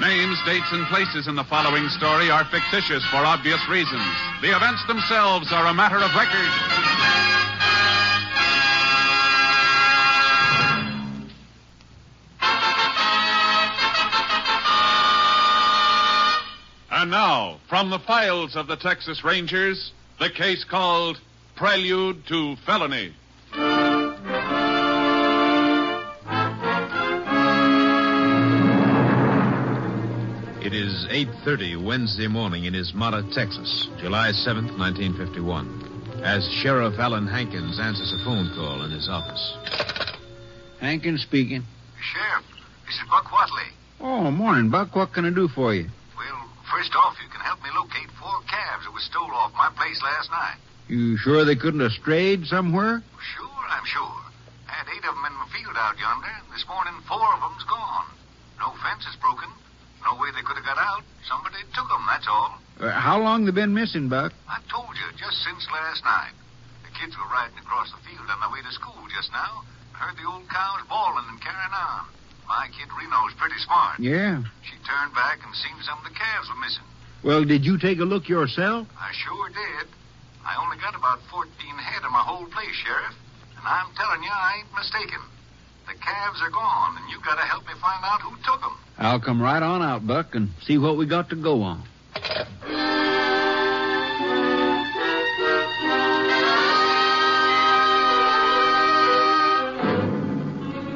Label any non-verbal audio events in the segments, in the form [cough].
Names, dates, and places in the following story are fictitious for obvious reasons. The events themselves are a matter of record. And now, from the files of the Texas Rangers, the case called Prelude to Felony. It is 8:30 Wednesday morning in Ismata, Texas, July 7th, 1951. As Sheriff Alan Hankins answers a phone call in his office. Hankins speaking. Sheriff, this is Buck Watley. Oh, morning, Buck. What can I do for you? Well, first off, you can help me locate four calves that was stole off my place last night. You sure they couldn't have strayed somewhere? Sure, I'm sure. I had eight of 'em in my field out yonder, and this morning four of 'em's gone. No fence is broken. No way they could have got out. Somebody took 'em, that's all. Uh, how long they been missing, Buck? I told you, just since last night. The kids were riding across the field on their way to school just now. I heard the old cows bawling and carrying on. My kid Reno's pretty smart. Yeah. She turned back and seen some of the calves were missing. Well, did you take a look yourself? I sure did. I only got about 14 head of my whole place, Sheriff. And I'm telling you, I ain't mistaken. The calves are gone, and you gotta help me find out who took 'em. I'll come right on out, Buck, and see what we got to go on. Oh,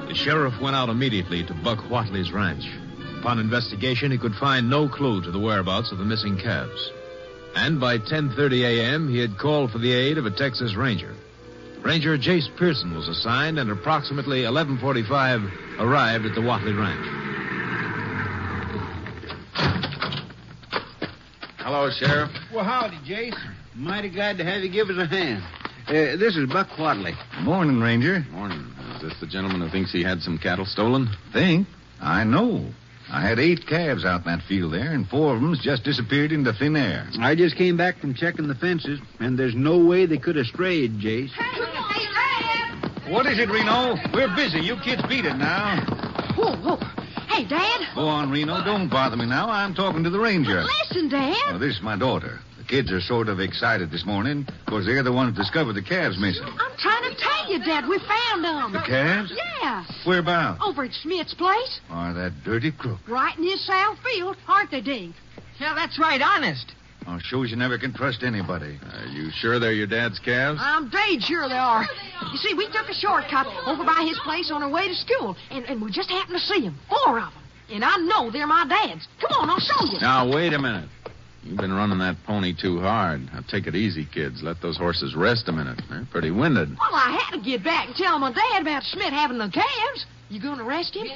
The sheriff went out immediately to Buck Whatley's ranch. Upon investigation, he could find no clue to the whereabouts of the missing calves. And by 10:30 a.m., he had called for the aid of a Texas Ranger. Ranger Jace Pearson was assigned and approximately 11:45 arrived at the Whatley ranch. Hello, Sheriff. Well, howdy, Jason. Mighty glad to have you give us a hand. Uh, this is Buck Watley. Morning, Ranger. Morning. Is this the gentleman who thinks he had some cattle stolen? Think? I know. I had eight calves out in that field there, and four of them's just disappeared into thin air. I just came back from checking the fences, and there's no way they could have strayed, Jace. What is it, Reno? We're busy. You kids beat it now. Whoa, whoa. Hey, Dad. Go on, Reno. Don't bother me now. I'm talking to the ranger. Listen, Dad. Now, this is my daughter. The kids are sort of excited this morning because they're the ones that discovered the calves missing. I'm trying to tell you, Dad. We found them. The calves? Yeah. Whereabouts? Over at Smith's place. Are that dirty crook. Right in his south field. Aren't they, Dink? Yeah, that's right, honest. Oh, shows you never can trust anybody. Are you sure they're your dad's calves? I'm dead sure they are. You see, we took a shortcut over by his place on our way to school, and, and we just happened to see them. Four of them. And I know they're my dad's. Come on, I'll show you. Now, wait a minute. You've been running that pony too hard. Now, take it easy, kids. Let those horses rest a minute. They're pretty winded. Well, I had to get back and tell my dad about Smith having the calves. You going to arrest him? We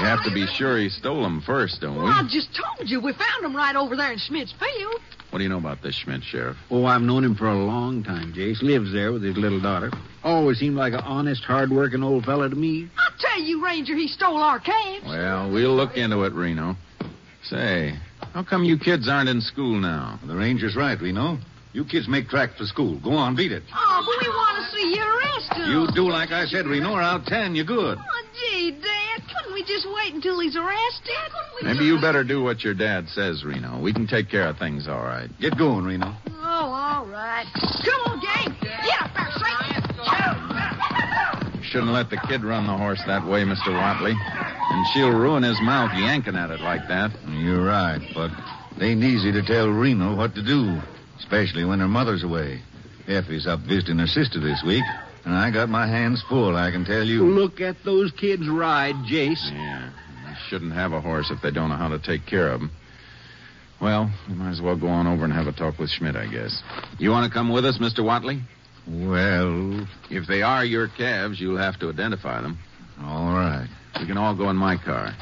have to be sure he stole them first, don't Well, I we? just told you. We found them right over there in Smith's field. What do you know about this Schmidt, Sheriff? Oh, I've known him for a long time, Jace. Lives there with his little daughter. Always seemed like an honest, hard-working old fella to me. I tell you, Ranger, he stole our calves. Well, we'll look into it, Reno. Say, how come you kids aren't in school now? The ranger's right, Reno. You kids make tracks for school. Go on, beat it. Oh, but we want to see you arrested. You do like I said, Reno, or I'll tan you good. Oh, gee, Dad, couldn't we just wait until he's arrested? Maybe you better do what your dad says, Reno. We can take care of things all right. Get going, Reno. Oh, all right. Come on, gang. Get up there, Satan. Shoot. Shouldn't let the kid run the horse that way, Mr. Watley. And she'll ruin his mouth yanking at it like that. You're right, but it ain't easy to tell Reno what to do, especially when her mother's away. Effie's up visiting her sister this week, and I got my hands full, I can tell you. Look at those kids ride, Jace. Yeah. They shouldn't have a horse if they don't know how to take care of him. Well, we might as well go on over and have a talk with Schmidt, I guess. You want to come with us, Mr. Watley? Well, If they are your calves, you'll have to identify them. all right. We can all go in my car.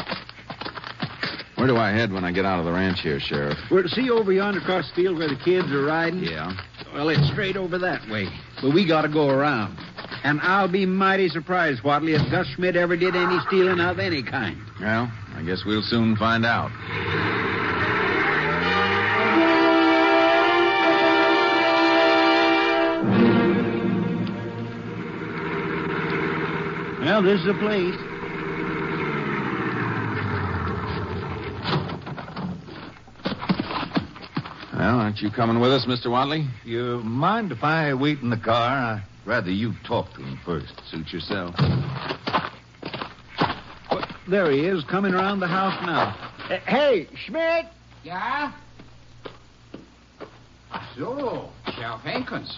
Where do I head when I get out of the ranch here, Sheriff? Where, see over yonder across the field where the kids are riding? Yeah. Well, it's straight over that way. But we gotta go around. And I'll be mighty surprised, Watley, if Gus Schmidt ever did any stealing of any kind. Well, I guess we'll soon find out. Well, this is the place. Well, aren't you coming with us, Mr. Watley? You mind if I wait in the car? I'd rather you talk to him first. Suit yourself. There he is, coming around the house now. Hey, Schmidt! Yeah? So, Sheriff Hankins.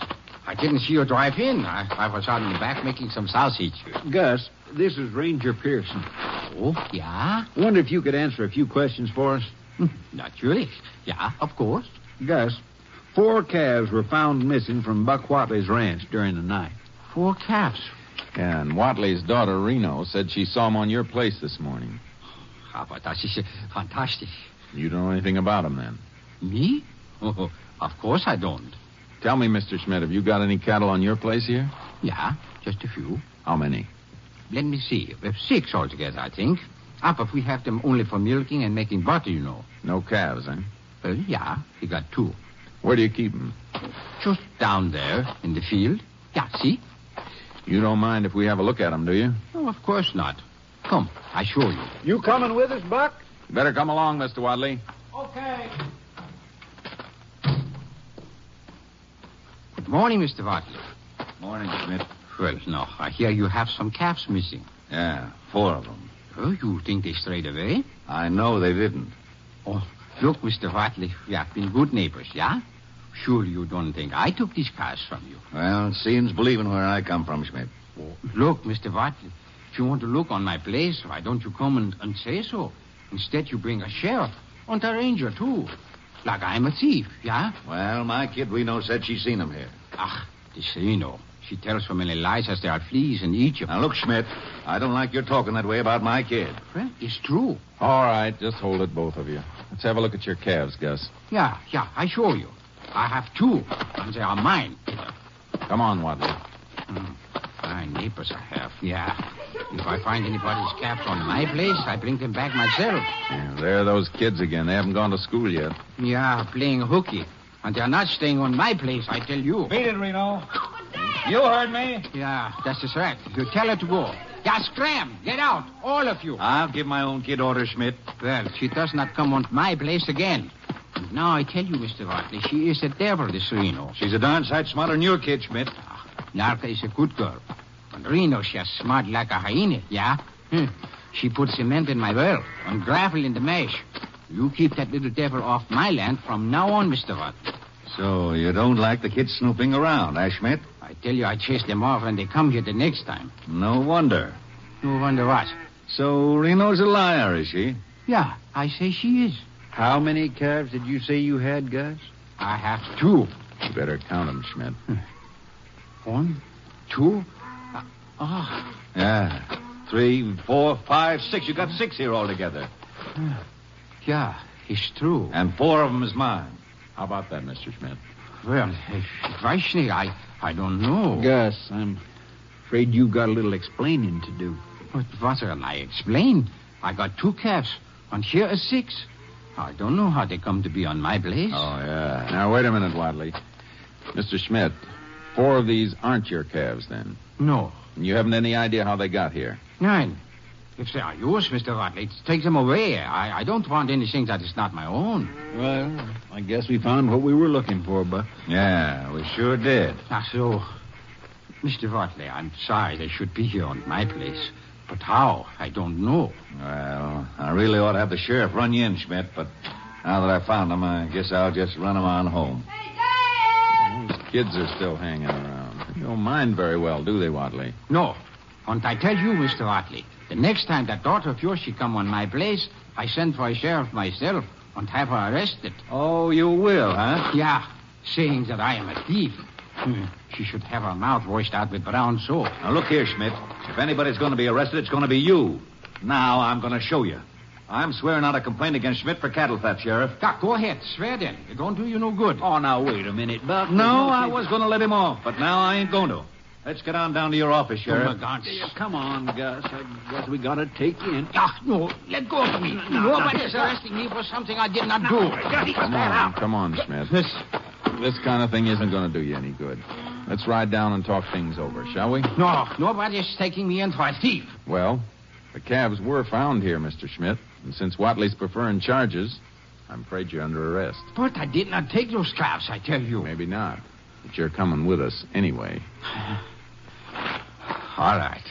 I didn't see you drive in. I, I was out in the back making some sausage. Gus, this is Ranger Pearson. Oh, yeah? Wonder if you could answer a few questions for us. Naturally. Yeah, of course. Gus, four calves were found missing from Buck Watley's ranch during the night. Four calves. And Watley's daughter, Reno, said she saw him on your place this morning. Aber das ist äh, fantastic. You don't know anything about him, then. Me? Oh, of course I don't. Tell me, Mr. Schmidt, have you got any cattle on your place here? Yeah, just a few. How many? Let me see. We have six altogether, I think. Ah, but we have them only for milking and making butter, you know. No calves, eh? Well, yeah, we got two. Where do you keep them? Just down there in the field. Yeah, see? You don't mind if we have a look at them, do you? Oh, of course not. Come, I show you. You coming with us, Buck? Better come along, Mr. Watley. Okay. Good morning, Mr. Watley. Morning, Schmidt. Well, no, I hear you have some calves missing. Yeah, four of them. Oh, you think they strayed away? I know they didn't. Oh, look, Mr. Watley, we have been good neighbors, yeah? Sure, you don't think I took these calves from you. Well, seeing's believing where I come from, Schmidt. Oh, look, Mr. Watley, if you want to look on my place, why don't you come and, and say so? Instead, you bring a sheriff and a ranger, too. Like I'm a thief, yeah? Well, my kid Reno said she seen him here. Ach, this Reno. She tells so many lies as there are fleas in Egypt. Now, look, Schmidt, I don't like your talking that way about my kid. Well, it's true. All right, just hold it, both of you. Let's have a look at your calves, Gus. Yeah, yeah, I show you. I have two, and they are mine. Come on, Watley. Hmm, Fine neighbors I have, yeah. If I find anybody's caps on my place, I bring them back myself. Yeah, there are those kids again. They haven't gone to school yet. Yeah, playing hooky. And they're not staying on my place, I tell you. Beat it, Reno. You heard me. Yeah, that's the right. You tell her to go. Yeah, scram! Get out, all of you. I'll give my own kid orders, Schmidt. Well, she does not come on my place again. And now I tell you, Mr. Watley, she is a devil, this Reno. Ah, She's a darn sight smarter than your kid, Schmidt. Narka is a good girl. And Reno, she's smart like a hyena, yeah? Hmm. She put cement in my well and gravel in the mesh. You keep that little devil off my land from now on, Mr. Watley. So you don't like the kids snooping around, eh, Schmidt? I tell you, I chase them off when they come here the next time. No wonder. You wonder what? So Reno's a liar, is she? Yeah, I say she is. How many calves did you say you had, Gus? I have two. You better count 'em, Schmidt. One, two. Uh, oh, Yeah. Three, four, five, six. You got six here altogether. yeah, it's true. And four of them is mine. How about that, Mr. Schmidt? Well, if weiß nicht, I, I don't know. Gus, I'm afraid you've got a little explaining to do. But what can I explain? I got two calves, and here are six. I don't know how they come to be on my place. Oh, yeah. Now, wait a minute, Watley. Mr. Schmidt, four of these aren't your calves, then. No, And you haven't any idea how they got here. nine. If they are yours, Mr. Watley, take them away. I, I don't want anything that is not my own. Well, I guess we found what we were looking for, Buck. Yeah, we sure did. Ah, so, Mr. Watley, I'm sorry they should be here on my place. But how? I don't know. Well, I really ought to have the sheriff run you in, Schmidt, but now that I found them, I guess I'll just run them on home. Those kids are still hanging around. They don't mind very well, do they, Watley? No. And I tell you, Mr. Watley, the next time that daughter of yours she come on my place, I send for a sheriff myself and have her arrested. Oh, you will, huh? Yeah, saying that I am a thief. Hmm, She should have her mouth washed out with brown soap. Now, look here, Schmidt. If anybody's going to be arrested, it's going to be you. Now, I'm going to show you. I'm swearing out a complaint against Schmidt for cattle theft, Sheriff. Doc, go ahead. Swear then. It don't do you no good. Oh, now, wait a minute, Buck. No, I was going to let him off, but now I ain't going to. Let's get on down to your office, Sheriff. Oh, my God. Come on, Gus. I guess we gotta take you in. Ah, no. Let go of me. Nobody is arresting me for something I did not do. Come on, come on, Schmidt. This, this kind of thing isn't going to do you any good. Let's ride down and talk things over, shall we? No, nobody's taking me in for a thief. Well, the calves were found here, Mr. Schmidt, and since Watley's preferring charges, I'm afraid you're under arrest. But I did not take those calves, I tell you. Maybe not, but you're coming with us anyway. [sighs] All right.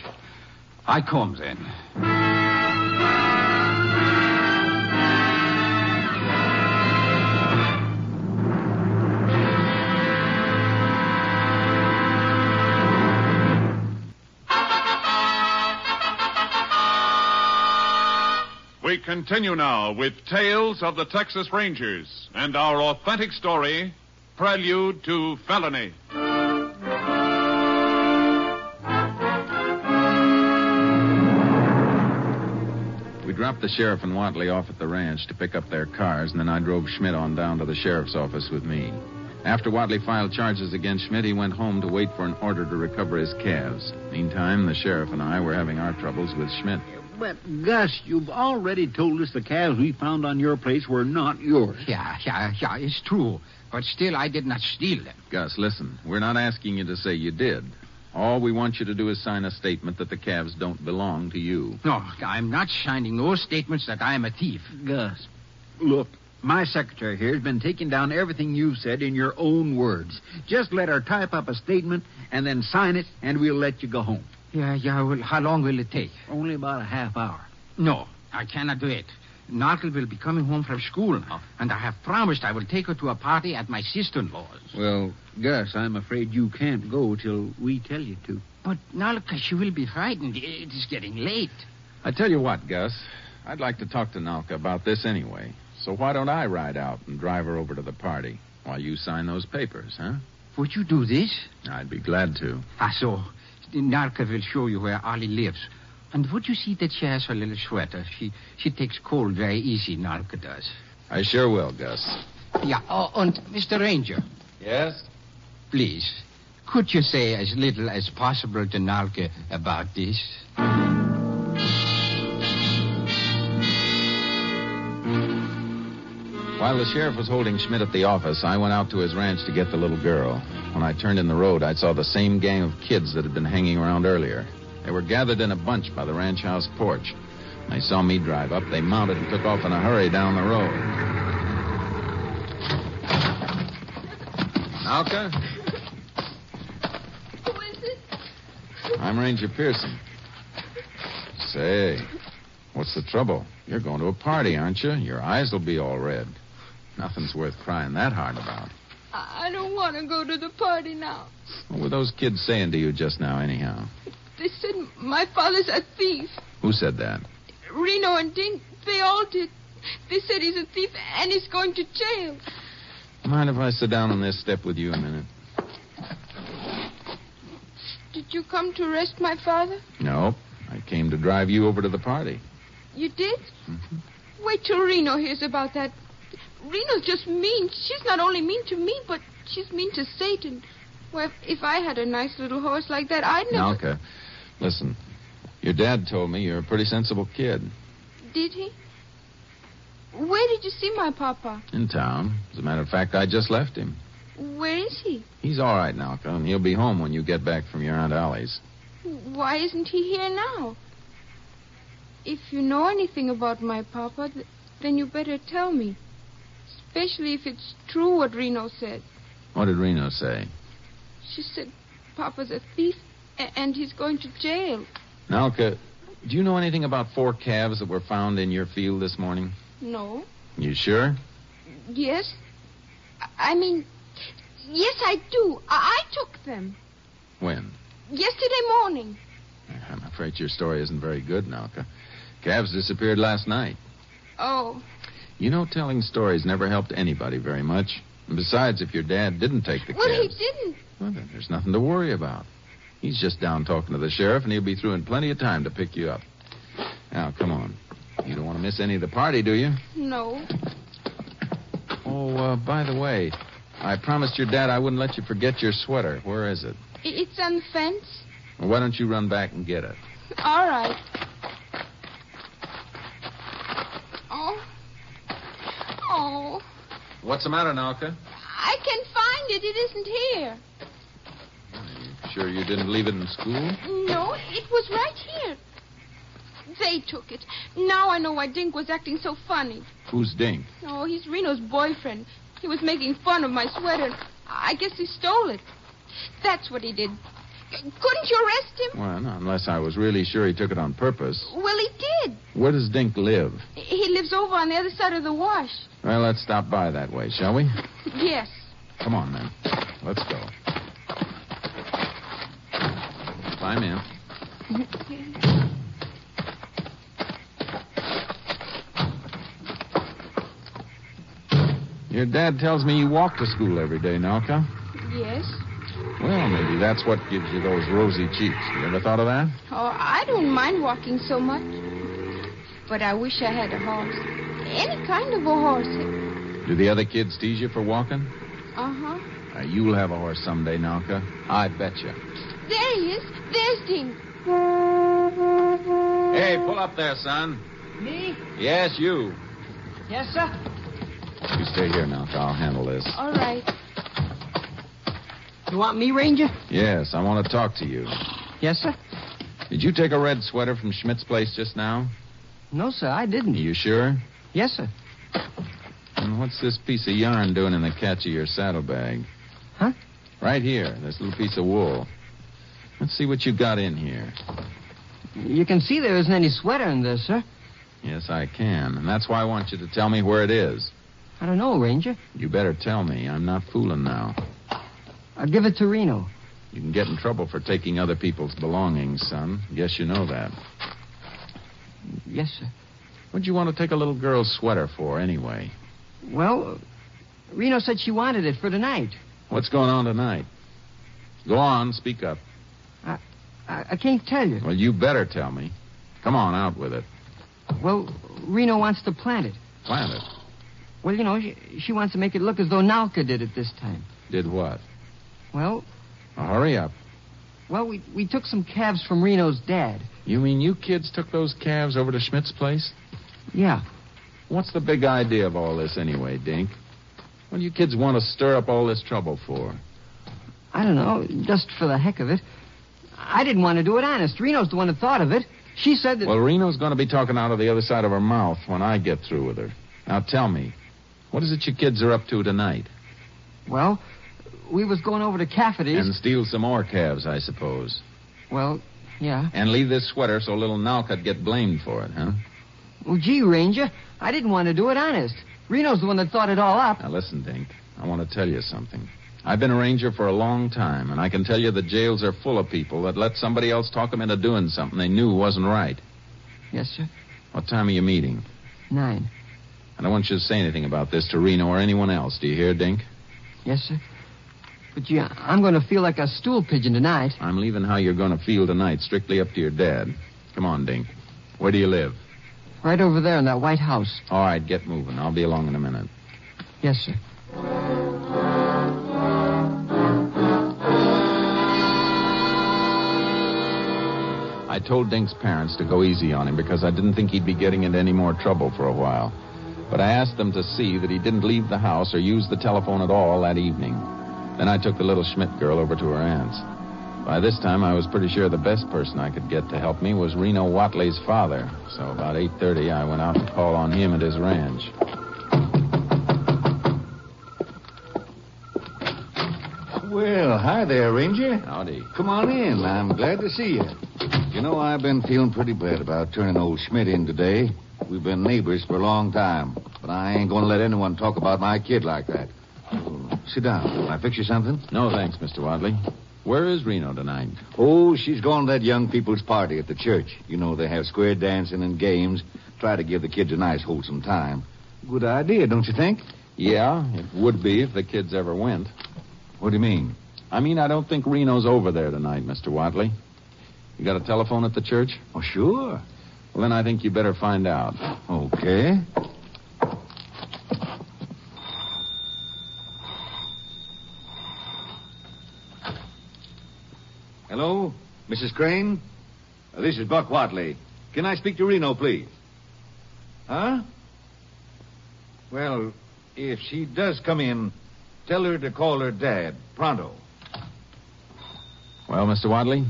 I comes in. We continue now with Tales of the Texas Rangers and our authentic story, Prelude to Felony. We dropped the sheriff and Watley off at the ranch to pick up their cars, and then I drove Schmidt on down to the sheriff's office with me. After Watley filed charges against Schmidt, he went home to wait for an order to recover his calves. Meantime, the sheriff and I were having our troubles with Schmidt. But, Gus, you've already told us the calves we found on your place were not yours. Yeah, yeah, yeah, it's true. But still, I did not steal them. Gus, listen, we're not asking you to say you did. All we want you to do is sign a statement that the calves don't belong to you. No, I'm not signing no statements that I am a thief. Gus, look, my secretary here has been taking down everything you've said in your own words. Just let her type up a statement and then sign it, and we'll let you go home. Yeah, yeah, well, how long will it take? Only about a half hour. No, I cannot do it. Nartle will be coming home from school, and I have promised I will take her to a party at my sister-in-law's. Well, Gus, I'm afraid you can't go till we tell you to. But Nalka, she will be frightened. It is getting late. I tell you what, Gus, I'd like to talk to Nalka about this anyway. So why don't I ride out and drive her over to the party while you sign those papers, huh? Would you do this? I'd be glad to. Ah, so. Narka will show you where Ali lives. And would you see that she has her little sweater? She she takes cold very easy, Narka does. I sure will, Gus. Yeah, oh, and Mr. Ranger, Yes? please, could you say as little as possible to Narka about this? While the sheriff was holding Schmidt at the office, I went out to his ranch to get the little girl. When I turned in the road, I saw the same gang of kids that had been hanging around earlier. They were gathered in a bunch by the ranch house porch. When they saw me drive up, they mounted and took off in a hurry down the road. Alka? Who is it? I'm Ranger Pearson. Say, what's the trouble? You're going to a party, aren't you? Your eyes will be all red. Nothing's worth crying that hard about. I I don't want to go to the party now. What were those kids saying to you just now, anyhow? They said my father's a thief. Who said that? Reno and Dink, they all did. They said he's a thief and he's going to jail. Mind if I sit down on this step with you a minute? Did you come to arrest my father? No. I came to drive you over to the party. You did? Wait till Reno hears about that. Reno's just mean. She's not only mean to me, but she's mean to Satan. Well, if, if I had a nice little horse like that, I'd never. Nalka, listen. Your dad told me you're a pretty sensible kid. Did he? Where did you see my papa? In town. As a matter of fact, I just left him. Where is he? He's all right, Nalka, and he'll be home when you get back from your Aunt Allie's. Why isn't he here now? If you know anything about my papa, th- then you better tell me. Especially if it's true what Reno said. What did Reno say? She said papa's a thief a- and he's going to jail. Nalka, do you know anything about four calves that were found in your field this morning? No. You sure? Yes? I I mean, yes, I do. I, I took them When? yesterday morning. I'm afraid your story isn't very good, Nalka. Calves disappeared last night. Oh, You know, telling stories never helped anybody very much. And besides, if your dad didn't take the well, he calves, didn't. well, then there's nothing to worry about. He's just down talking to the sheriff, and he'll be through in plenty of time to pick you up. Now, come on. You don't want to miss any of the party, do you? No. Oh, uh, by the way, I promised your dad I wouldn't let you forget your sweater. Where is it? I- It's on the fence. Well, why don't you run back and get it? All right. Oh. Oh. What's the matter, Nalka? I can find it. It isn't here. Sure you didn't leave it in school? No, it was right here. They took it. Now I know why Dink was acting so funny. Who's Dink? Oh, he's Reno's boyfriend. He was making fun of my sweater. I guess he stole it. That's what he did. Couldn't you arrest him? Well, no, unless I was really sure he took it on purpose. Well, he did. Where does Dink live? He lives over on the other side of the wash. [laughs] Well, let's stop by that way, shall we? Yes. Come on, then. Let's go. Climb in. Your dad tells me you walk to school every day, Nalka. Yes? Well, maybe that's what gives you those rosy cheeks. You ever thought of that? Oh, I don't mind walking so much. But I wish I had a horse. Any kind of a horse. Do the other kids tease you for walking? Uh huh. Uh, you'll have a horse someday, Nalka. I bet you. There he is. There's Dink. Hey, pull up there, son. Me? Yes, you. Yes, sir. You stay here, Nalka. I'll handle this. All right. You want me, Ranger? Yes, I want to talk to you. Yes, sir. Did you take a red sweater from Schmidt's place just now? No, sir, I Are didn't. you sure? Yes, sir. And what's this piece of yarn doing in the catch of your saddlebag? Huh? Right here, this little piece of wool. Let's see what you got in here. You can see there isn't any sweater in there, sir. Yes, I can. And that's why I want you to tell me where it is. I don't know, Ranger. You better tell me. I'm not fooling now. I'll give it to Reno. You can get in trouble for taking other people's belongings, son. Guess you know that. Yes, sir. What'd you want to take a little girl's sweater for, anyway? Well, uh, Reno said she wanted it for tonight. What's going on tonight? Go on, speak up. I, I can't tell you. Well, you better tell me. Come on, out with it. Well, Reno wants to plant it. Plant it. Well, you know, she, she wants to make it look as though Nalka did it this time. Did what? Well, Now, hurry up. well, we, we took some calves from Reno's dad. You mean you kids took those calves over to Schmidt's place? Yeah. What's the big idea of all this, anyway, Dink? What do you kids want to stir up all this trouble for? I don't know, just for the heck of it. I didn't want to do it honest. Reno's the one that thought of it. She said that. Well, Reno's going to be talking out of the other side of her mouth when I get through with her. Now tell me, what is it you kids are up to tonight? Well, we was going over to Cafferty's. And steal some more calves, I suppose. Well, yeah. And leave this sweater so little Nal could get blamed for it, huh? Well, gee, Ranger, I didn't want to do it honest. Reno's the one that thought it all up. Now listen, Dink. I want to tell you something. I've been a ranger for a long time, and I can tell you the jails are full of people that let somebody else talk them into doing something they knew wasn't right. Yes, sir. What time are you meeting? Nine. I don't want you to say anything about this to Reno or anyone else. Do you hear, Dink? Yes, sir. But gee, I- I'm going to feel like a stool pigeon tonight. I'm leaving how you're going to feel tonight strictly up to your dad. Come on, Dink. Where do you live? Right over there in that White House. All right, get moving. I'll be along in a minute. Yes, sir. I told Dink's parents to go easy on him because I didn't think he'd be getting into any more trouble for a while. But I asked them to see that he didn't leave the house or use the telephone at all that evening. Then I took the little Schmidt girl over to her aunt's. By this time, I was pretty sure the best person I could get to help me was Reno Watley's father. So about 8:30, I went out to call on him at his ranch. Well, hi there, Ranger. Howdy. Come on in. I'm glad to see you. You know, I've been feeling pretty bad about turning old Schmidt in today. We've been neighbors for a long time, but I ain't going to let anyone talk about my kid like that. Oh, sit down. Can I fix you something? No thanks, Mr. Watley. Where is Reno tonight? Oh, she's gone to that young people's party at the church. You know, they have square dancing and games. Try to give the kids a nice, wholesome time. Good idea, don't you think? Yeah, it would be if the kids ever went. What do you mean? I mean, I don't think Reno's over there tonight, Mr. Watley. You got a telephone at the church? Oh, sure. Well, then I think you better find out. Okay. Hello, Mrs. Crane? Uh, This is Buck Watley. Can I speak to Reno, please? Huh? Well, if she does come in, tell her to call her dad, pronto. Well, Mr. Wadley?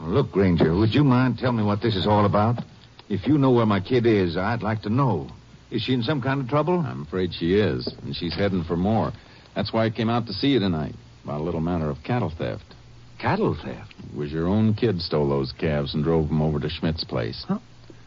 Look, Granger, would you mind telling me what this is all about? If you know where my kid is, I'd like to know. Is she in some kind of trouble? I'm afraid she is, and she's heading for more. That's why I came out to see you tonight, about a little matter of cattle theft. Cattle theft? It was your own kid stole those calves and drove them over to Schmidt's place.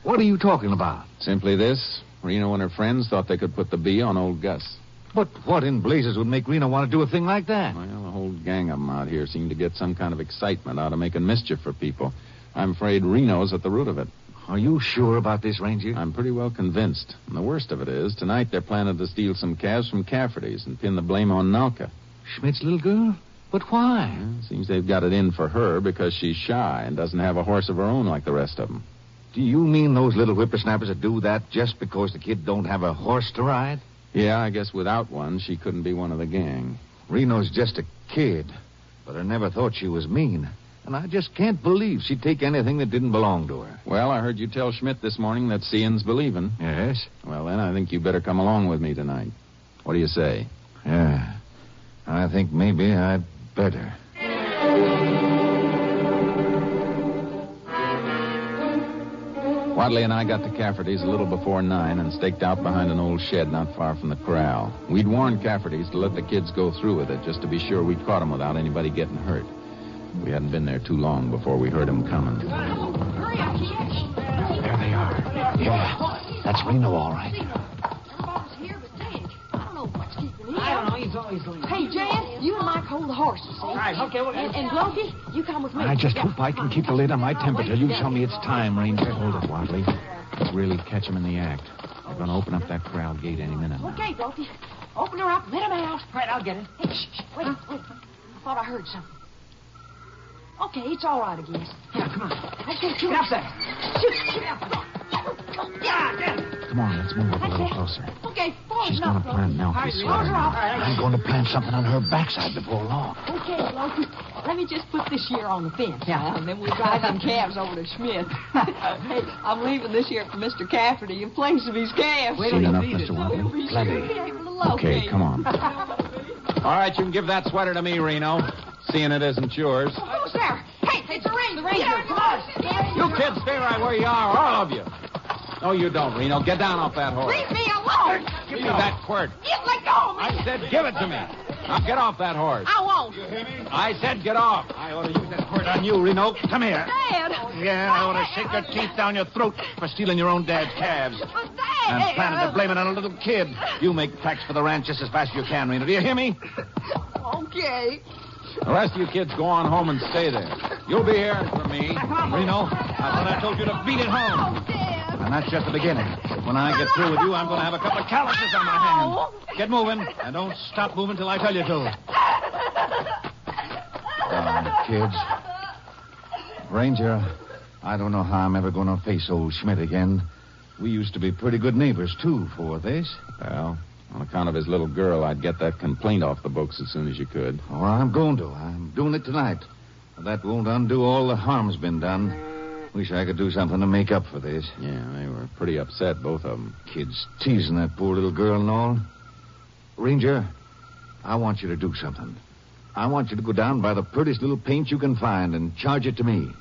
What are you talking about? Simply this Reno and her friends thought they could put the bee on old Gus. But what in blazes would make Reno want to do a thing like that? Well, the whole gang of 'em out here seem to get some kind of excitement out of making mischief for people. I'm afraid Reno's at the root of it. Are you sure about this, Ranger? I'm pretty well convinced. And the worst of it is, tonight they're planning to steal some calves from Cafferty's and pin the blame on Nalka. Schmidt's little girl? But why? Seems they've got it in for her because she's shy and doesn't have a horse of her own like the rest of 'em. Do you mean those little whippersnappers that do that just because the kid don't have a horse to ride? Yeah, I guess without one, she couldn't be one of the gang. Reno's just a kid, but I never thought she was mean. And I just can't believe she'd take anything that didn't belong to her. Well, I heard you tell Schmidt this morning that seeing's believing. Yes? Well, then, I think you better come along with me tonight. What do you say? Yeah. I think maybe I'd better. Wadley and I got to Cafferty's a little before nine and staked out behind an old shed not far from the corral. We'd warned Cafferty's to let the kids go through with it just to be sure we caught 'em without anybody getting hurt. We hadn't been there too long before we heard 'em coming. There they are. Yeah. That's Reno, all right. I don't know. He's [laughs] always late. Hey, Jan, you and Mike hold the horses. See? All right, okay. Well, and, and Blokey, you come with me. I just hope I can keep the lid on my temperature. You tell me it's time, Ranger. Hold it, Wadley. Really catch 'em in the act. They're going to open up that corral gate any minute. Okay, Blokey. Open her up. Let him out. Right, I'll get it. Hey, shh, shh. Wait, wait. I thought I heard something. Okay, it's all right, I guess. Yeah, come on. Okay, shoot. Get up there. Shoot, shoot. Yeah. Come on, let's move up a little closer. Okay, forward She's enough, going to plant Blokey. milk, I swear. Close her up. I'm going to plant something on her backside before long. Okay, Blokey. Let me just put this year on the fence. Yeah. And then we'll drive them calves over to Schmidt. hey, I'm leaving this year for Mr. Cafferty and flames of his calves. Seen enough, Mr. Wadley? Plenty. [laughs] Okay, come on. All right, you can give that sweater to me, Reno. Seeing it isn't yours. Who's there? Hey, it's the ranger. The ranger. Come on. You kids stay right where you are, all of you. No, you don't, Reno. Get down off that horse. Leave me alone. Give me that quirt. Get let go of me. I said give it to me. Now get off that horse. I won't. I said get off. I ought to use that quirt on you, Reno. Come here. Dad. Yeah, I want to shake your teeth down your throat for stealing your own dad's calves. But And planning to Dad. blame it on a little kid. You make tracks for the ranch just as fast as you can, Reno. Do you hear me? Okay. The rest of you kids go on home and stay there. You'll be hearing from me. Reno, I thought I told you to beat it home. And that's just the beginning. When I get through with you, I'm going to have a couple of calluses on my hands. Get moving, and don't stop moving till I tell you to. Darn kids. Ranger, I don't know how I'm ever going to face old Schmidt again. We used to be pretty good neighbors, too, for this. Well, on account of his little girl, I'd get that complaint off the books as soon as you could. Oh, I'm going to. I'm doing it tonight. That won't undo all the harm's been done. Wish I could do something to make up for this. Yeah, they were pretty upset, both of them. Kids teasing that poor little girl and all. Ranger, I want you to do something. I want you to go down by the prettiest little paint you can find and charge it to me.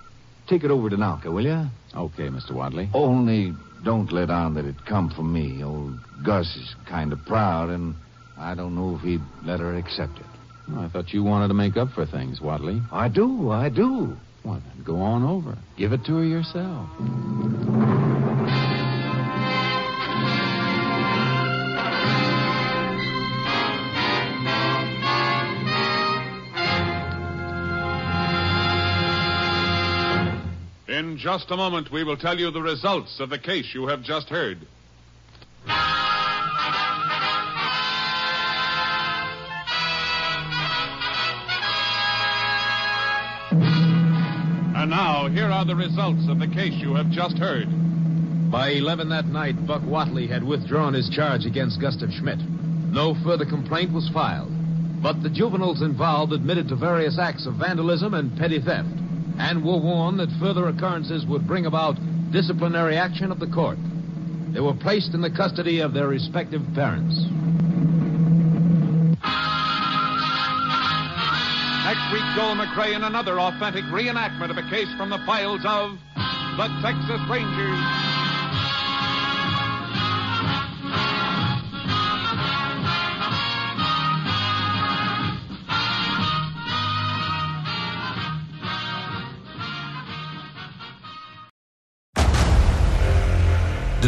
Take it over to Nalka, will you? Okay, Mr. Wadley. Only don't let on that it come from me. Old Gus is kind of proud, and I don't know if he'd let her accept it. I thought you wanted to make up for things, Wadley. I do, I do. Well, then go on over. Give it to her yourself. In just a moment, we will tell you the results of the case you have just heard. And now, here are the results of the case you have just heard. By 11 that night, Buck Watley had withdrawn his charge against Gustav Schmidt. No further complaint was filed. But the juveniles involved admitted to various acts of vandalism and petty theft and were warned that further occurrences would bring about disciplinary action of the court. They were placed in the custody of their respective parents. Next week, Joel McRae in another authentic reenactment of a case from the files of the Texas Rangers.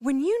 When you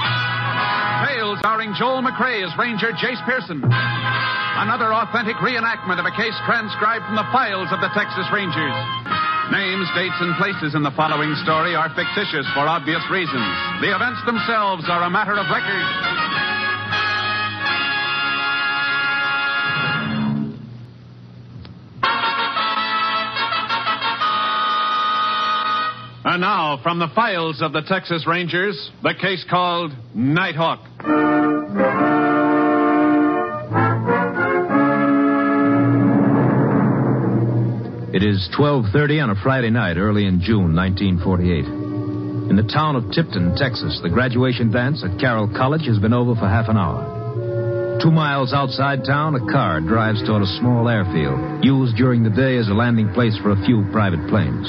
Tales starring Joel McRae as Ranger Jace Pearson. Another authentic reenactment of a case transcribed from the files of the Texas Rangers. Names, dates, and places in the following story are fictitious for obvious reasons. The events themselves are a matter of record. And now, from the files of the Texas Rangers, the case called Nighthawk. It is 12:30 on a Friday night early in June 1948. In the town of Tipton, Texas, the graduation dance at Carroll College has been over for half an hour. 2 miles outside town, a car drives toward a small airfield used during the day as a landing place for a few private planes.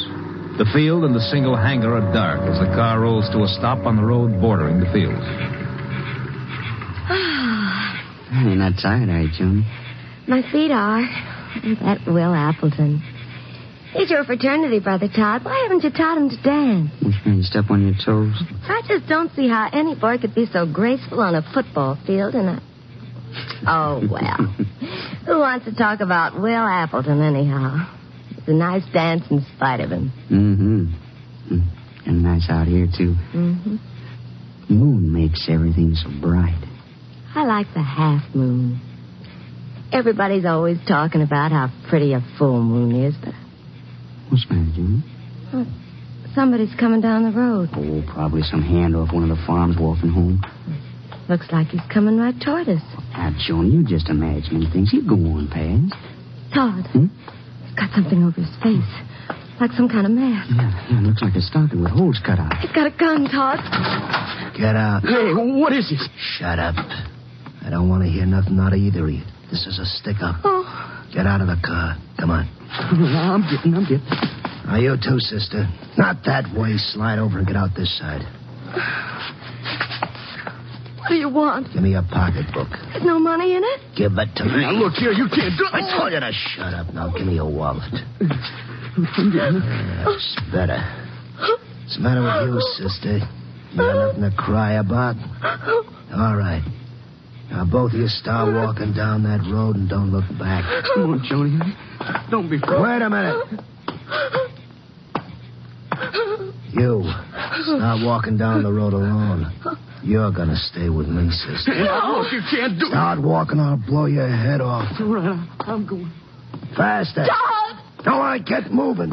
The field and the single hangar are dark as the car rolls to a stop on the road bordering the field. You're not tired, are you, June? [sighs] My feet are. That Will Appleton. He's your fraternity brother, Todd. Why haven't you taught him to dance? You mean step on your toes? I just don't see how any boy could be so graceful on a football field and I... Oh, well. Who wants to talk about Will Appleton, anyhow? It's a nice dance in spite of him. Mm-hmm. Mm. And nice out here, too. hmm Moon makes everything so bright. I like the half moon. Everybody's always talking about how pretty a full moon is, but What's the matter, June? uh, somebody's coming down the road. Oh, probably some hand off one of the farms walking home. Looks like he's coming right toward us. Now, June, you just imagining things. He'd go on past. Todd. Hmm? He's got something over his face, like some kind of mask. Yeah, it looks like a stocking with holes cut out. He's got a gun, Todd. Get out. Hey, what is this? Shut up. I don't want to hear nothing out of either of you. This is a stick up. Oh. Get out of the car. Come on. [laughs] I'm getting, I'm getting. Now, you too, sister. Not that way. Slide over and get out this side. What do you want? Give me your pocketbook. There's no money in it? Give it to me. Now, look here, you can't do I told you to shut up. Now, give me your wallet. That's better. What's the matter with you, sister? You got nothing to cry about? All right. Now, both of you start walking down that road and don't look back. Come on, Joni. Don't be frightened. Wait a minute. You start walking down the road alone. You're gonna stay with me, sister. No. Look, you can't do Start walking, I'll blow your head off. All right, I'm going. Faster. Todd! No, I get moving.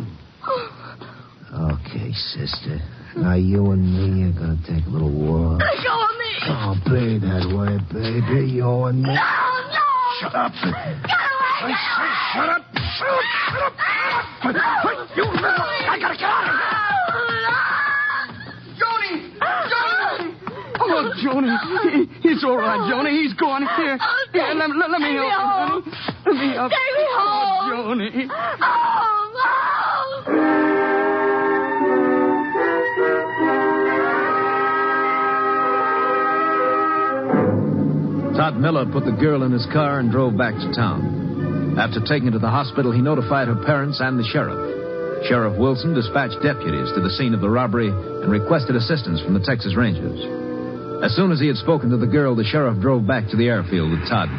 Okay, sister. Now you and me are gonna take a little walk. Let go of me! Oh, be that way, baby. You and me. No, no! Shut up. Get away! I say, shut up! Shut up! Shut up! Shut up! Wait, You little... I gotta get out of here! Joni! Joni! Oh, Joni. He- he's all right, Joni. He's gone. Here. Here, let, let, let me help Oh, you. Let me help Oh, Take me home. Joni. Todd Miller put the girl in his car and drove back to town. After taking her to the hospital, he notified her parents and the sheriff. Sheriff Wilson dispatched deputies to the scene of the robbery and requested assistance from the Texas Rangers. As soon as he had spoken to the girl, the sheriff drove back to the airfield with Todd.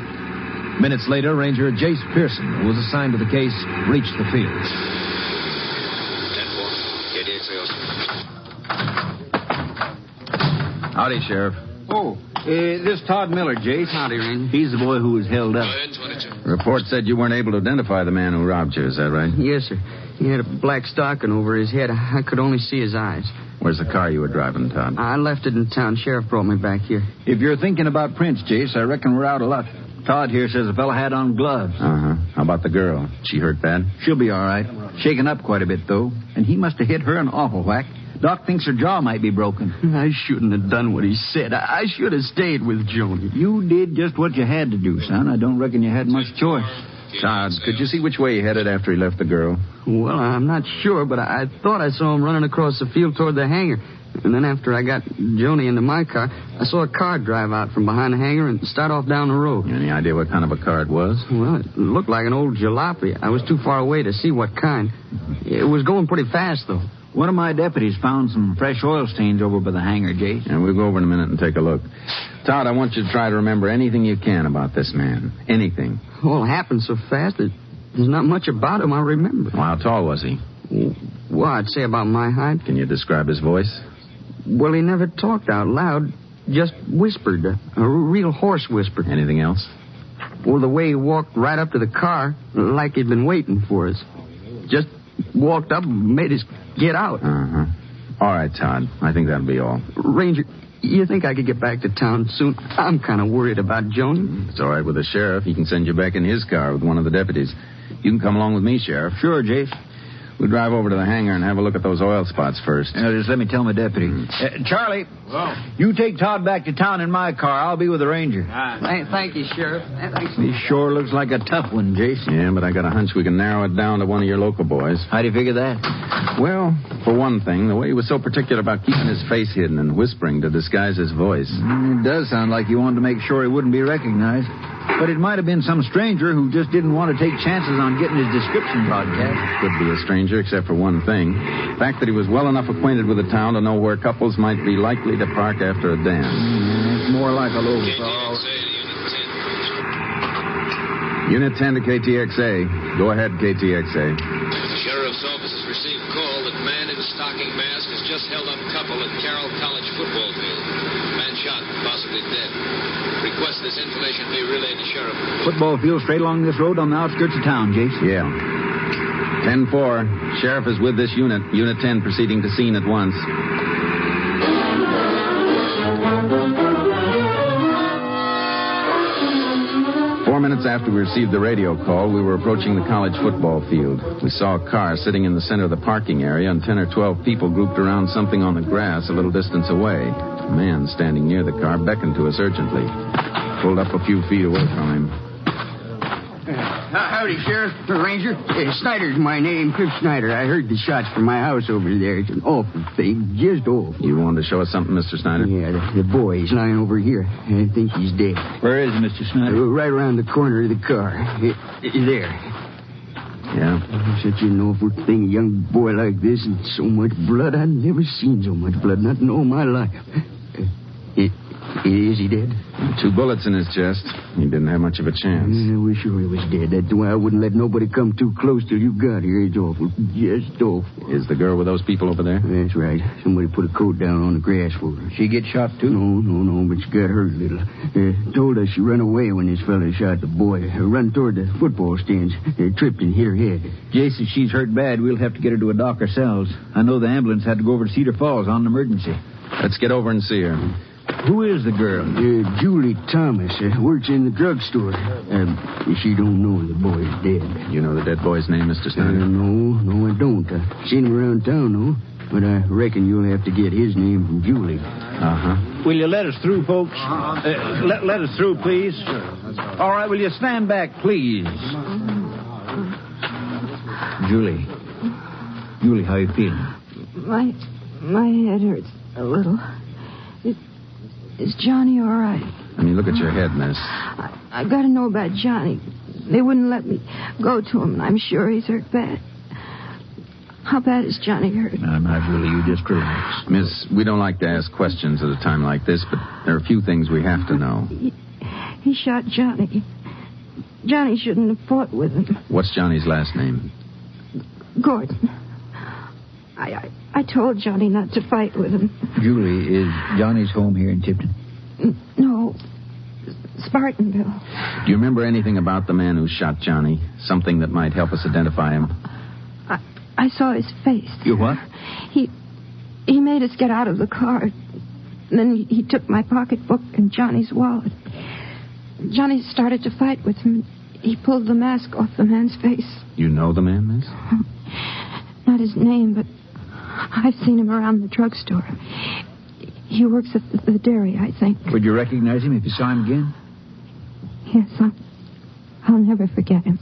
Minutes later, Ranger Jace Pearson, who was assigned to the case, reached the field. Howdy, Sheriff. Oh, uh, this Todd Miller, Jace. Howdy, Ranger. He's the boy who was held up. Report said you weren't able to identify the man who robbed you. Is that right? Yes, sir. He had a black stocking over his head. I could only see his eyes. Where's the car you were driving, Todd? I left it in town. Sheriff brought me back here. If you're thinking about Prince, Jace, I reckon we're out of luck. Todd here says the fella had on gloves. Uh huh. How about the girl? She hurt bad? She'll be all right. Shaken up quite a bit, though. And he must have hit her an awful whack. Doc thinks her jaw might be broken. I shouldn't have done what he said. I, I should have stayed with Joni. You did just what you had to do, son. I don't reckon you had much choice. Todd, could you see which way he headed after he left the girl? Well, I'm not sure, but I, I thought I saw him running across the field toward the hangar. And then after I got Joni into my car, I saw a car drive out from behind the hangar and start off down the road. Any idea what kind of a car it was? Well, it looked like an old jalopy. I was too far away to see what kind. It was going pretty fast, though. One of my deputies found some fresh oil stains over by the hangar, Jace. And we'll go over in a minute and take a look. Todd, I want you to try to remember anything you can about this man. Anything. Well, it happened so fast that there's not much about him I remember. Well, how tall was he? Well, I'd say about my height. Can you describe his voice? Well, he never talked out loud, just whispered, a a real hoarse whisper. Anything else? Well, the way he walked right up to the car, like he'd been waiting for us. Just walked up and made us get out. Uh huh. All right, Todd. I think that'll be all. Ranger, you think I could get back to town soon? I'm kind of worried about Joni. It's all right with the sheriff. He can send you back in his car with one of the deputies. You can come along with me, Sheriff. Sure, Jace. We'll drive over to the hangar and have a look at those oil spots first. Mm. Now, just let me tell my deputy. Uh, Charlie, you take Todd back to town in my car. I'll be with the ranger. Ah. Thank, thank you, Sheriff. Thanks. He sure looks like a tough one, Jace. Yeah, but I got a hunch we can narrow it down to one of your local boys. How do you figure that? Well, for one thing, the way he was so particular about keeping his face hidden and whispering to disguise his voice. Mm, It does sound like you wanted to make sure he wouldn't be recognized. But it might have been some stranger who just didn't want to take chances on getting his description broadcast. Could be a stranger, except for one thing. The fact that he was well enough acquainted with the town to know where couples might be likely to park after a dance. Mm, It's more like a local. Unit 10 to KTXA. Go ahead, KTXA. Sheriff's office has received call that man in stocking mask has just held up couple at Carroll College football field. Man shot, possibly dead. Request this information be relayed to sheriff. Football field straight along this road on the outskirts of town, Jace. Yeah. 10 4. Sheriff is with this unit. Unit 10 proceeding to scene at once. Four minutes after we received the radio call, we were approaching the college football field. We saw a car sitting in the center of the parking area and 10 or 12 people grouped around something on the grass a little distance away. A man standing near the car beckoned to us urgently. Pulled up a few feet away from him. Howdy, Sheriff. Ranger. Uh, Snyder's my name. Cliff Snyder. I heard the shots from my house over there. It's an awful thing. Just awful. You wanted to show us something, Mr. Snyder? Yeah, the, the boy is lying over here. I think he's dead. Where is Mr. Snyder? Uh, right around the corner of the car. Uh, uh, there. Yeah. uh, Such an awful thing, a young boy like this, and so much blood. I've never seen so much blood, not in all my life. Uh, i- is he dead? Two bullets in his chest. He didn't have much of a chance. I was sure he was dead. That's why I wouldn't let nobody come too close till you got here. It's awful. Just awful. Is the girl with those people over there? That's right. Somebody put a coat down on the grass for her. She get shot too? No, no, no, but she got hurt a little. Uh, told us she run away when this fella shot the boy. Uh, run toward the football stands. Uh, tripped and hit her head. Jason, she's hurt bad. We'll have to get her to a doc ourselves. I know the ambulance had to go over to Cedar Falls on an emergency. Let's get over and see her. Who is the girl? Uh, Julie Thomas uh, works in the drugstore. Um, she don't know the boy is dead. You know the dead boy's name, Mr. Uh, Snyder? no, no, I don't. I seen him around town, though. But I reckon you'll have to get his name from Julie. Uh-huh. Will you let us through, folks? Uh, let, let us through, please. All right, will you stand back, please? Julie. Julie, how you feeling? My my head hurts a little. Is, is Johnny all right? I mean, look at your head, miss. I've got to know about Johnny. They wouldn't let me go to him, and I'm sure he's hurt bad. How bad is Johnny hurt? I'm not really you just relax. Miss, we don't like to ask questions at a time like this, but there are a few things we have to know. He shot Johnny. Johnny shouldn't have fought with him. What's Johnny's last name? Gordon. I, I I told Johnny not to fight with him. Julie, is Johnny's home here in Tipton? No. Spartanville. Do you remember anything about the man who shot Johnny? Something that might help us identify him? I I saw his face. You what? He he made us get out of the car. Then he, he took my pocketbook and Johnny's wallet. Johnny started to fight with him. He pulled the mask off the man's face. You know the man, miss? Not his name, but I've seen him around the drugstore. He works at the, the dairy, I think. Would you recognize him if you saw him again? Yes, I'll, I'll never forget him.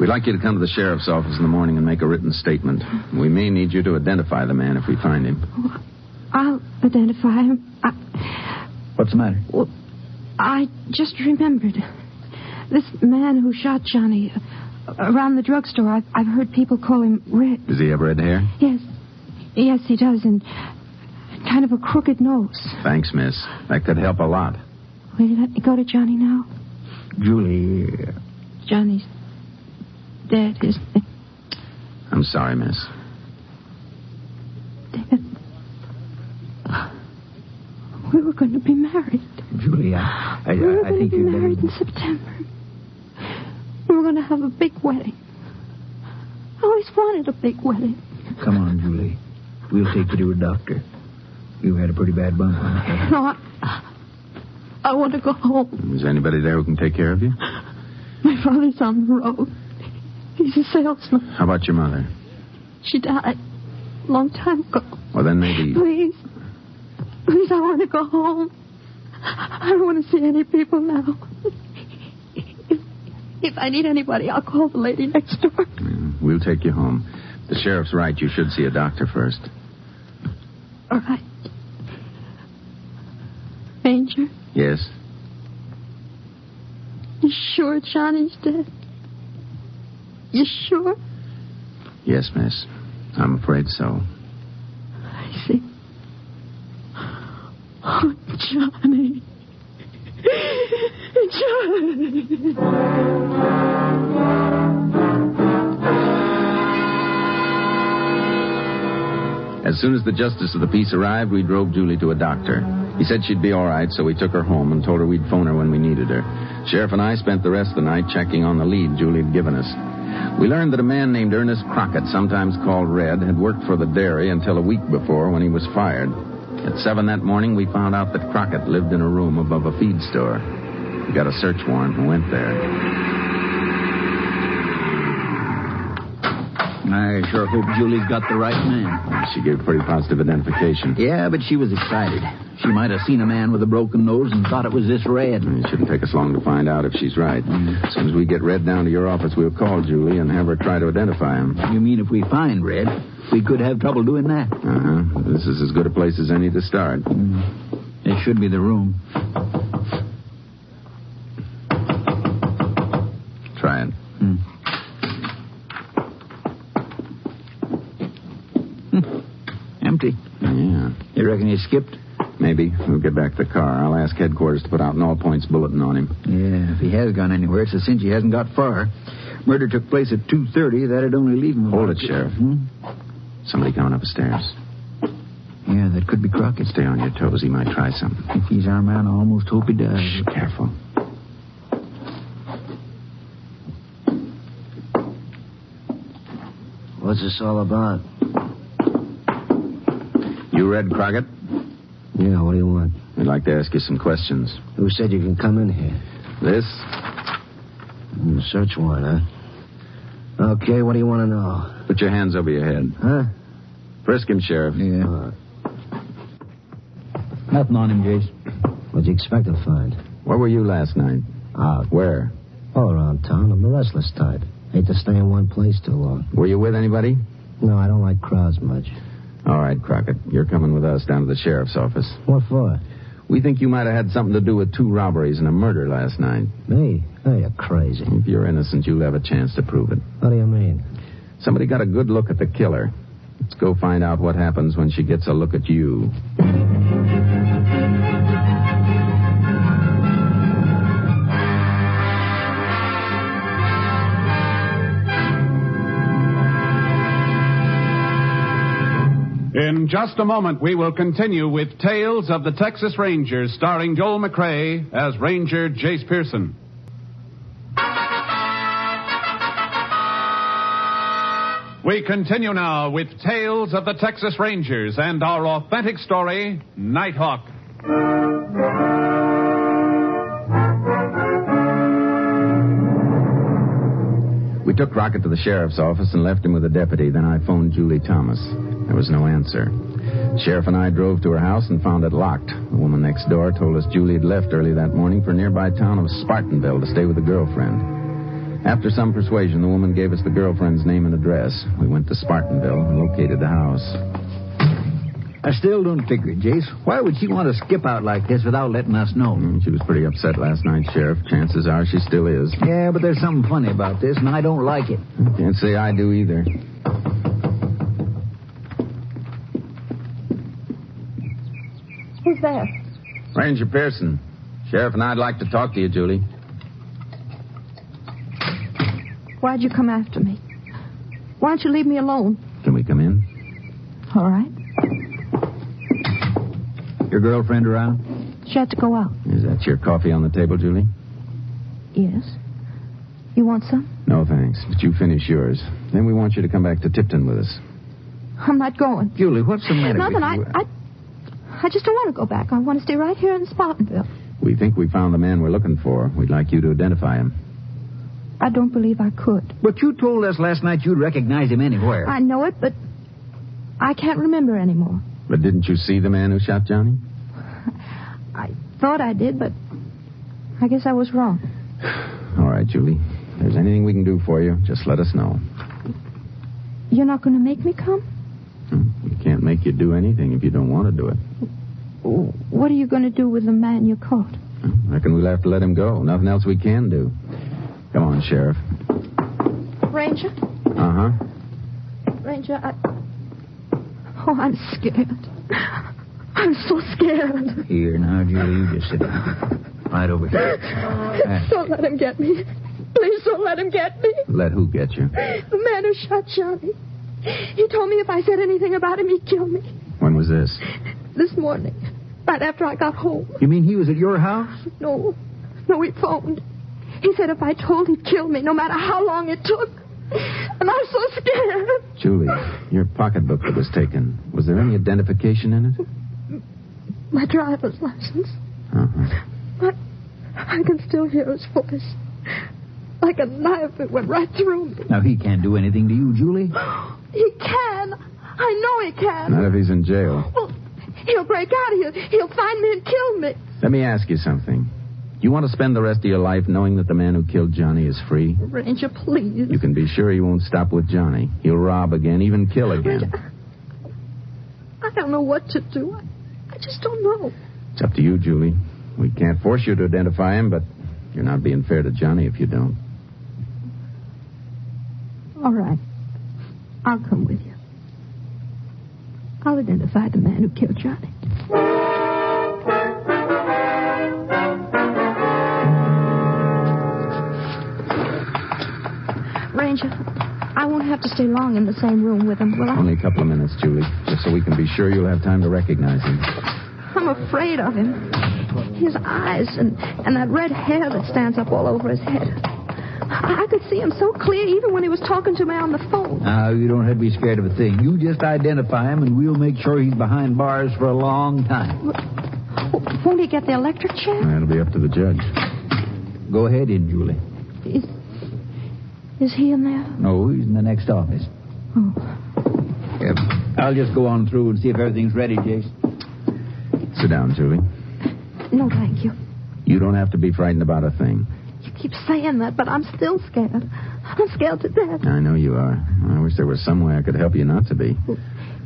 We'd like you to come to the sheriff's office in the morning and make a written statement. We may need you to identify the man if we find him. I'll identify him. I, What's the matter? Well, I just remembered. This man who shot Johnny uh, around the drugstore, I've, I've heard people call him Red. Does he have red hair? Yes. Yes, he does, and kind of a crooked nose. Thanks, miss. That could help a lot. Will you let me go to Johnny now? Julie. Johnny's dead, isn't he? I'm sorry, miss. We were going to be married. Julie, I, I, we were I, I going think to be you married in September. We were going to have a big wedding. I always wanted a big wedding. Come on, Julie. We'll take you to a doctor. You had a pretty bad bump on your head. No, I, I want to go home. Is there anybody there who can take care of you? My father's on the road. He's a salesman. How about your mother? She died a long time ago. Well, then maybe. Please. Please, I want to go home. I don't want to see any people now. If, if I need anybody, I'll call the lady next door. We'll take you home. The sheriff's right. You should see a doctor first. All right. Ranger, Yes. you sure Johnny's dead? You sure? Yes, miss. I'm afraid so. I see. Oh, Johnny. Johnny. As soon as the justice of the peace arrived, we drove Julie to a doctor. He said she'd be all right, so we took her home and told her we'd phone her when we needed her. Sheriff and I spent the rest of the night checking on the lead Julie had given us. We learned that a man named Ernest Crockett, sometimes called Red, had worked for the dairy until a week before when he was fired. At 7 that morning, we found out that Crockett lived in a room above a feed store. We got a search warrant and went there. I sure hope Julie's got the right man. She gave pretty positive identification. Yeah, but she was excited. She might have seen a man with a broken nose and thought it was this red. It shouldn't take us long to find out if she's right. Mm. As soon as we get Red down to your office, we'll call Julie and have her try to identify him. You mean if we find red, we could have trouble doing that. Uh huh. This is as good a place as any to start. Mm. It should be the room. Try it. Empty. Yeah. You reckon he skipped? Maybe. We'll get back to the car. I'll ask headquarters to put out an all points bulletin on him. Yeah, if he has gone anywhere, it's a cinch he hasn't got far. Murder took place at 2.30. That'd only leave him... hmm? Hold it, Sheriff. Somebody coming upstairs. Yeah, that could be Crockett. Stay on your toes. He might try something. If he's our man, I almost hope he does. Careful. What's this all about? You read Crockett? Yeah, what do you want? Uh, We'd like to ask you some questions. Who said you can come in here? This? Hmm, search warrant, huh? Okay, what do you want to know? Put your hands over your head. Huh? Frisk him, Sheriff. Yeah. Nothing on him, Jace. What'd you expect to find? Where were you last night? Out. Uh, Where? All around town. I'm a restless type. Hate to stay in one place too long. Were you with anybody? No, I don't like crowds much. All right, Crockett. You're coming with us down to the sheriff's office. What for? We think you might have had something to do with two robberies and a murder last night. Me? Oh, you're crazy. If you're innocent, you'll have a chance to prove it. What do you mean? Somebody got a good look at the killer. Let's go find out what happens when she gets a look at you. In just a moment, we will continue with Tales of the Texas Rangers, starring Joel McRae as Ranger Jace Pearson. We continue now with Tales of the Texas Rangers and our authentic story, Nighthawk. We took Rocket to the sheriff's office and left him with a deputy. Then I phoned Julie Thomas. There was no answer. The sheriff and I drove to her house and found it locked. The woman next door told us Julie had left early that morning for a nearby town of Spartanville to stay with a girlfriend. After some persuasion, the woman gave us the girlfriend's name and address. We went to Spartanville and located the house. I still don't figure it, Jace. Why would she want to skip out like this without letting us know? Mm, She was pretty upset last night, Sheriff. Chances are she still is. Yeah, but there's something funny about this, and I don't like it. Can't say I do either. Who's there? Ranger Pearson. Sheriff and I'd like to talk to you, Julie. Why'd you come after me? Why don't you leave me alone? Can we come in? All right. Your girlfriend around? She had to go out. Is that your coffee on the table, Julie? Yes. You want some? No, thanks. But you finish yours. Then we want you to come back to Tipton with us. I'm not going. Julie, what's the matter Nothing. with I, you? I, I just don't want to go back. I want to stay right here in Spartanville. We think we found the man we're looking for. We'd like you to identify him. I don't believe I could. But you told us last night you'd recognize him anywhere. I know it, but I can't remember anymore. But didn't you see the man who shot Johnny? Thought I did, but I guess I was wrong. All right, Julie. If there's anything we can do for you, just let us know. You're not going to make me come? We can't make you do anything if you don't want to do it. What are you going to do with the man you caught? Reckon we'll have to let him go. Nothing else we can do. Come on, Sheriff. Ranger? Uh huh. Ranger, I. Oh, I'm scared. I'm so scared. Here, now, Julie, you just sit down. Right over here. Ah, Don't let him get me. Please don't let him get me. Let who get you? The man who shot Johnny. He told me if I said anything about him, he'd kill me. When was this? This morning, right after I got home. You mean he was at your house? No, no, he phoned. He said if I told, he'd kill me, no matter how long it took. And I'm so scared. Julie, your pocketbook that was taken. Was there any identification in it? My driver's license. I, I can still hear his voice. Like a knife, it went right through me. Now, he can't do anything to you, Julie. He can. I know he can. Not if he's in jail. He'll break out. He'll, he'll find me and kill me. Let me ask you something. You want to spend the rest of your life knowing that the man who killed Johnny is free? Ranger, please. You can be sure he won't stop with Johnny. He'll rob again, even kill again. I don't know what to do. I, I just don't know. It's up to you, Julie. We can't force you to identify him, but you're not being fair to Johnny if you don't. All right. I'll come with you. I'll identify the man who killed Johnny. Ranger, I won't have to stay long in the same room with him, will I? Only a couple of minutes, Julie, just so we can be sure you'll have time to recognize him. I'm afraid of him. His eyes and, and that red hair that stands up all over his head. I, I could see him so clear even when he was talking to me on the phone. Now, you don't have to be scared of a thing. You just identify him, and we'll make sure he's behind bars for a long time. Won't he get the electric chair? That'll be up to the judge. Go ahead in, Julie. Is, is he in there? No, he's in the next office. Oh. Yep. I'll just go on through and see if everything's ready, Jace. Sit down, Julie. No, thank you. You don't have to be frightened about a thing. You keep saying that, but I'm still scared. I'm scared to death. I know Oh, you are. I wish there was some way I could help you not to be.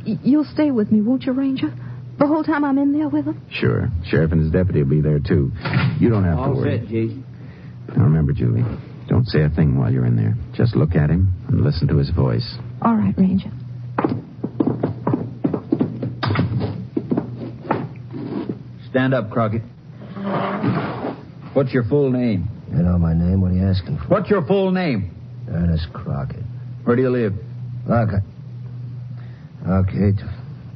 Y- You'll stay with me, won't you, Ranger? The whole time I'm in there with him? Sure. Sheriff and his deputy will be there, too. You don't have to All worry. set, Jace. Now, remember, Julie, don't say a thing while you're in there. Just look at him and listen to his voice. All right, Ranger. Stand up, Crockett. What's your full name? You know my name. What are you asking for? What's your full name? Ernest Crockett. Where do you live? Look. I- Okay, t-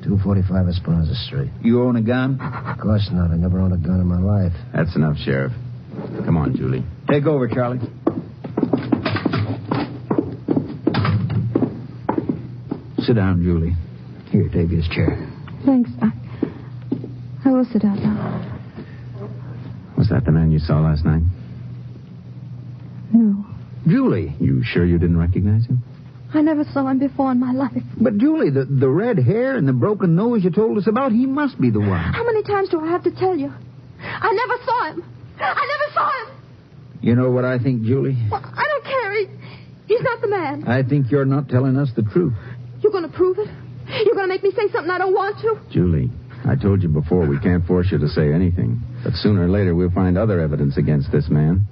245 Esperanza Street. You own a gun? Of course not. I never owned a gun in my life. That's enough, Sheriff. Come on, Julie. Take over, Charlie. Sit down, Julie. Here, take this chair. Thanks, Doc. I will sit down now. Was that the man you saw last night? No. Julie. You sure you didn't recognize him? I never saw him before in my life. But, Julie, the, the red hair and the broken nose you told us about, he must be the one. How many times do I have to tell you? I never saw him. I never saw him. You know what I think, Julie? Well, I don't care. He, he's not the man. I think you're not telling us the truth. You're going to prove it? You're going to make me say something I don't want to? Julie, I told you before we can't force you to say anything. But sooner or later we'll find other evidence against this man.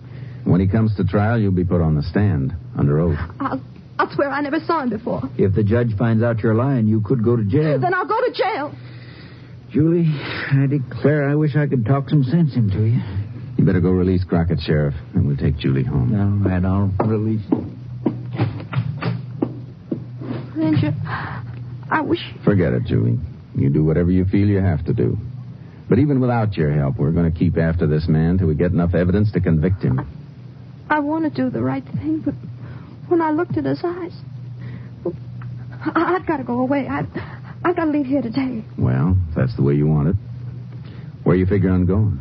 When he comes to trial, you'll be put on the stand under oath. I'll, I'll swear I never saw him before. If the judge finds out you're lying, you could go to Hmm. jail. Then I'll go to jail. Julie, I declare I wish I could talk some sense into you. You better go release Crockett, Sheriff, and we'll take Julie home. All right, I'll release Ranger, I wish. Forget it, Julie. You do whatever you feel you have to do. But even without your help, we're going to keep after this man till we get enough evidence to convict him. I want to do the right thing, but when I looked at his eyes, I, I've got to go away. I, I've got to leave here today. Well, if that's the way you want it. Where you figure on going?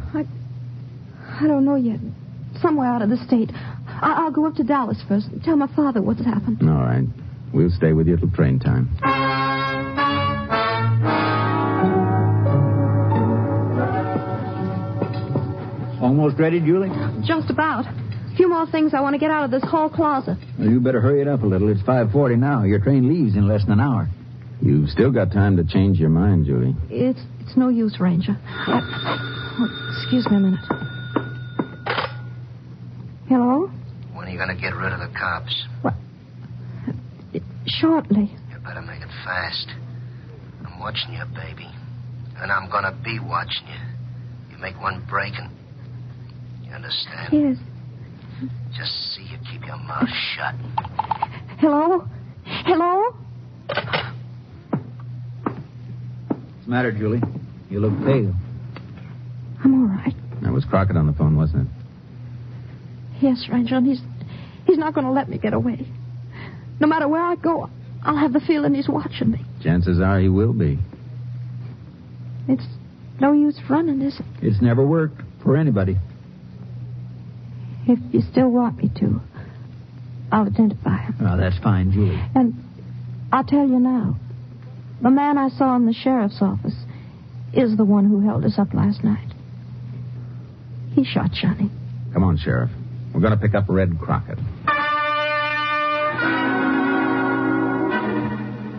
I don't know yet. Somewhere out of the state. I, I'll go up to Dallas first and tell my father what's happened. All right. We'll stay with you till train time. Almost ready, Julie? Just about. A few more things I want to get out of this whole closet. Well, you better hurry it up a little. It's 5.40 now. Your train leaves in less than an hour. You've still got time to change your mind, Julie. It's it's no use, Ranger. I- oh, excuse me a minute. Hello? When are you going to get rid of the cops? Shortly. You better make it fast. I'm watching you, baby. And I'm going to be watching you. You make one break and. You understand? Yes. Just see you keep your mouth shut. Hello? Hello? What's the matter, Julie? You look pale. I'm all right. That was Crockett on the phone, wasn't it? Yes, Ranger, and he's he's not going to let me get away. No matter where I go, I'll have the feeling he's watching me. Chances are he will be. It's no use running, is it? It's never worked for anybody. If you still want me to, I'll identify him. Oh, that's fine, Julie. And I'll tell you now. The man I saw in the sheriff's office is the one who held us up last night. He shot Johnny. Come on, Sheriff. We're going to pick up Red Crockett.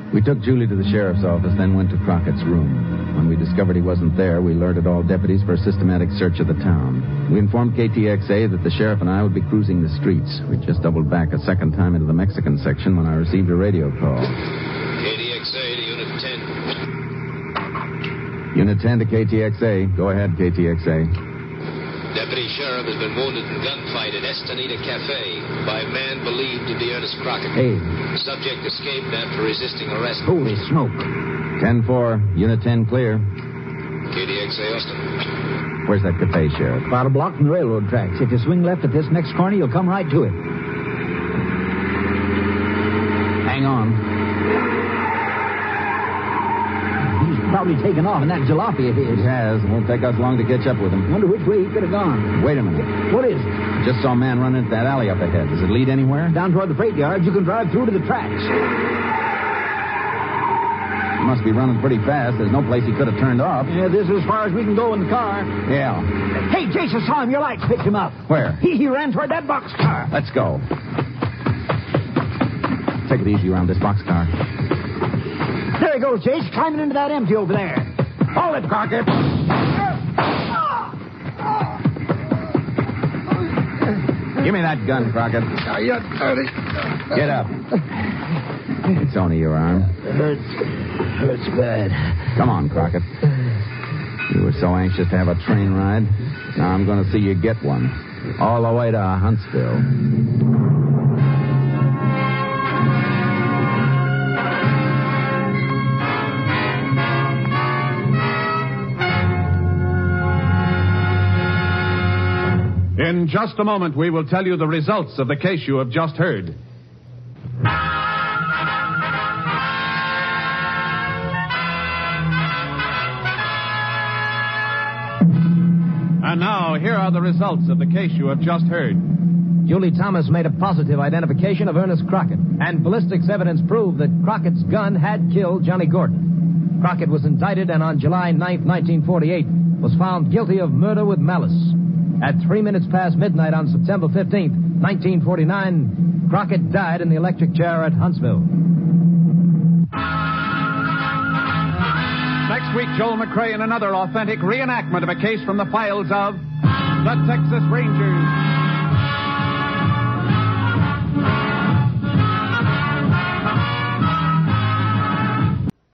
We took Julie to the sheriff's office, then went to Crockett's room. When we discovered he wasn't there, we alerted all deputies for a systematic search of the town. We informed KTXA that the sheriff and I would be cruising the streets. We just doubled back a second time into the Mexican section when I received a radio call. KDXA to Unit 10. Unit 10 to KTXA. Go ahead, KTXA. Deputy Sheriff has been wounded in gunfight at Estanita Cafe by a man believed to be Ernest Crockett. Hey. Subject escaped after resisting arrest. Holy smoke. 10 4, Unit 10 clear. KDXA Austin. Where's that cafe, Sheriff? About a block from the railroad tracks. If you swing left at this next corner, you'll come right to it. Hang on. He's probably taken off in that jalopy of his. Yes, it won't take us long to catch up with him. Wonder which way he could have gone. Wait a minute. What is it? Just saw a man run into that alley up ahead. Does it lead anywhere? Down toward the freight yard, you can drive through to the tracks. He must be running pretty fast. There's no place he could have turned off. Yeah, this is as far as we can go in the car. Yeah. Hey, Jason saw him. Your lights picked him up. Where? He, he ran toward that boxcar. Let's go. Take it easy around this boxcar. There he goes, Jace, climbing into that empty over there. Hold it, Crockett. Ah! Give me that gun, Crockett. Are you dirty? Get up. It's only your arm. It hurts. [laughs] Hurts bad. Come on, Crockett. You were so anxious to have a train ride. Now I'm going to see you get one. All the way to Huntsville. In just a moment, we will tell you the results of the case you have just heard. And now, here are the results of the case you have just heard. Julie Thomas made a positive identification of Ernest Crockett, and ballistics evidence proved that Crockett's gun had killed Johnny Gordon. Crockett was indicted and on July 9, 1948, was found guilty of murder with malice. At three minutes past midnight on September 15, 1949, Crockett died in the electric chair at Huntsville. Next week, Joel McRae in another authentic reenactment of a case from the files of the Texas Rangers.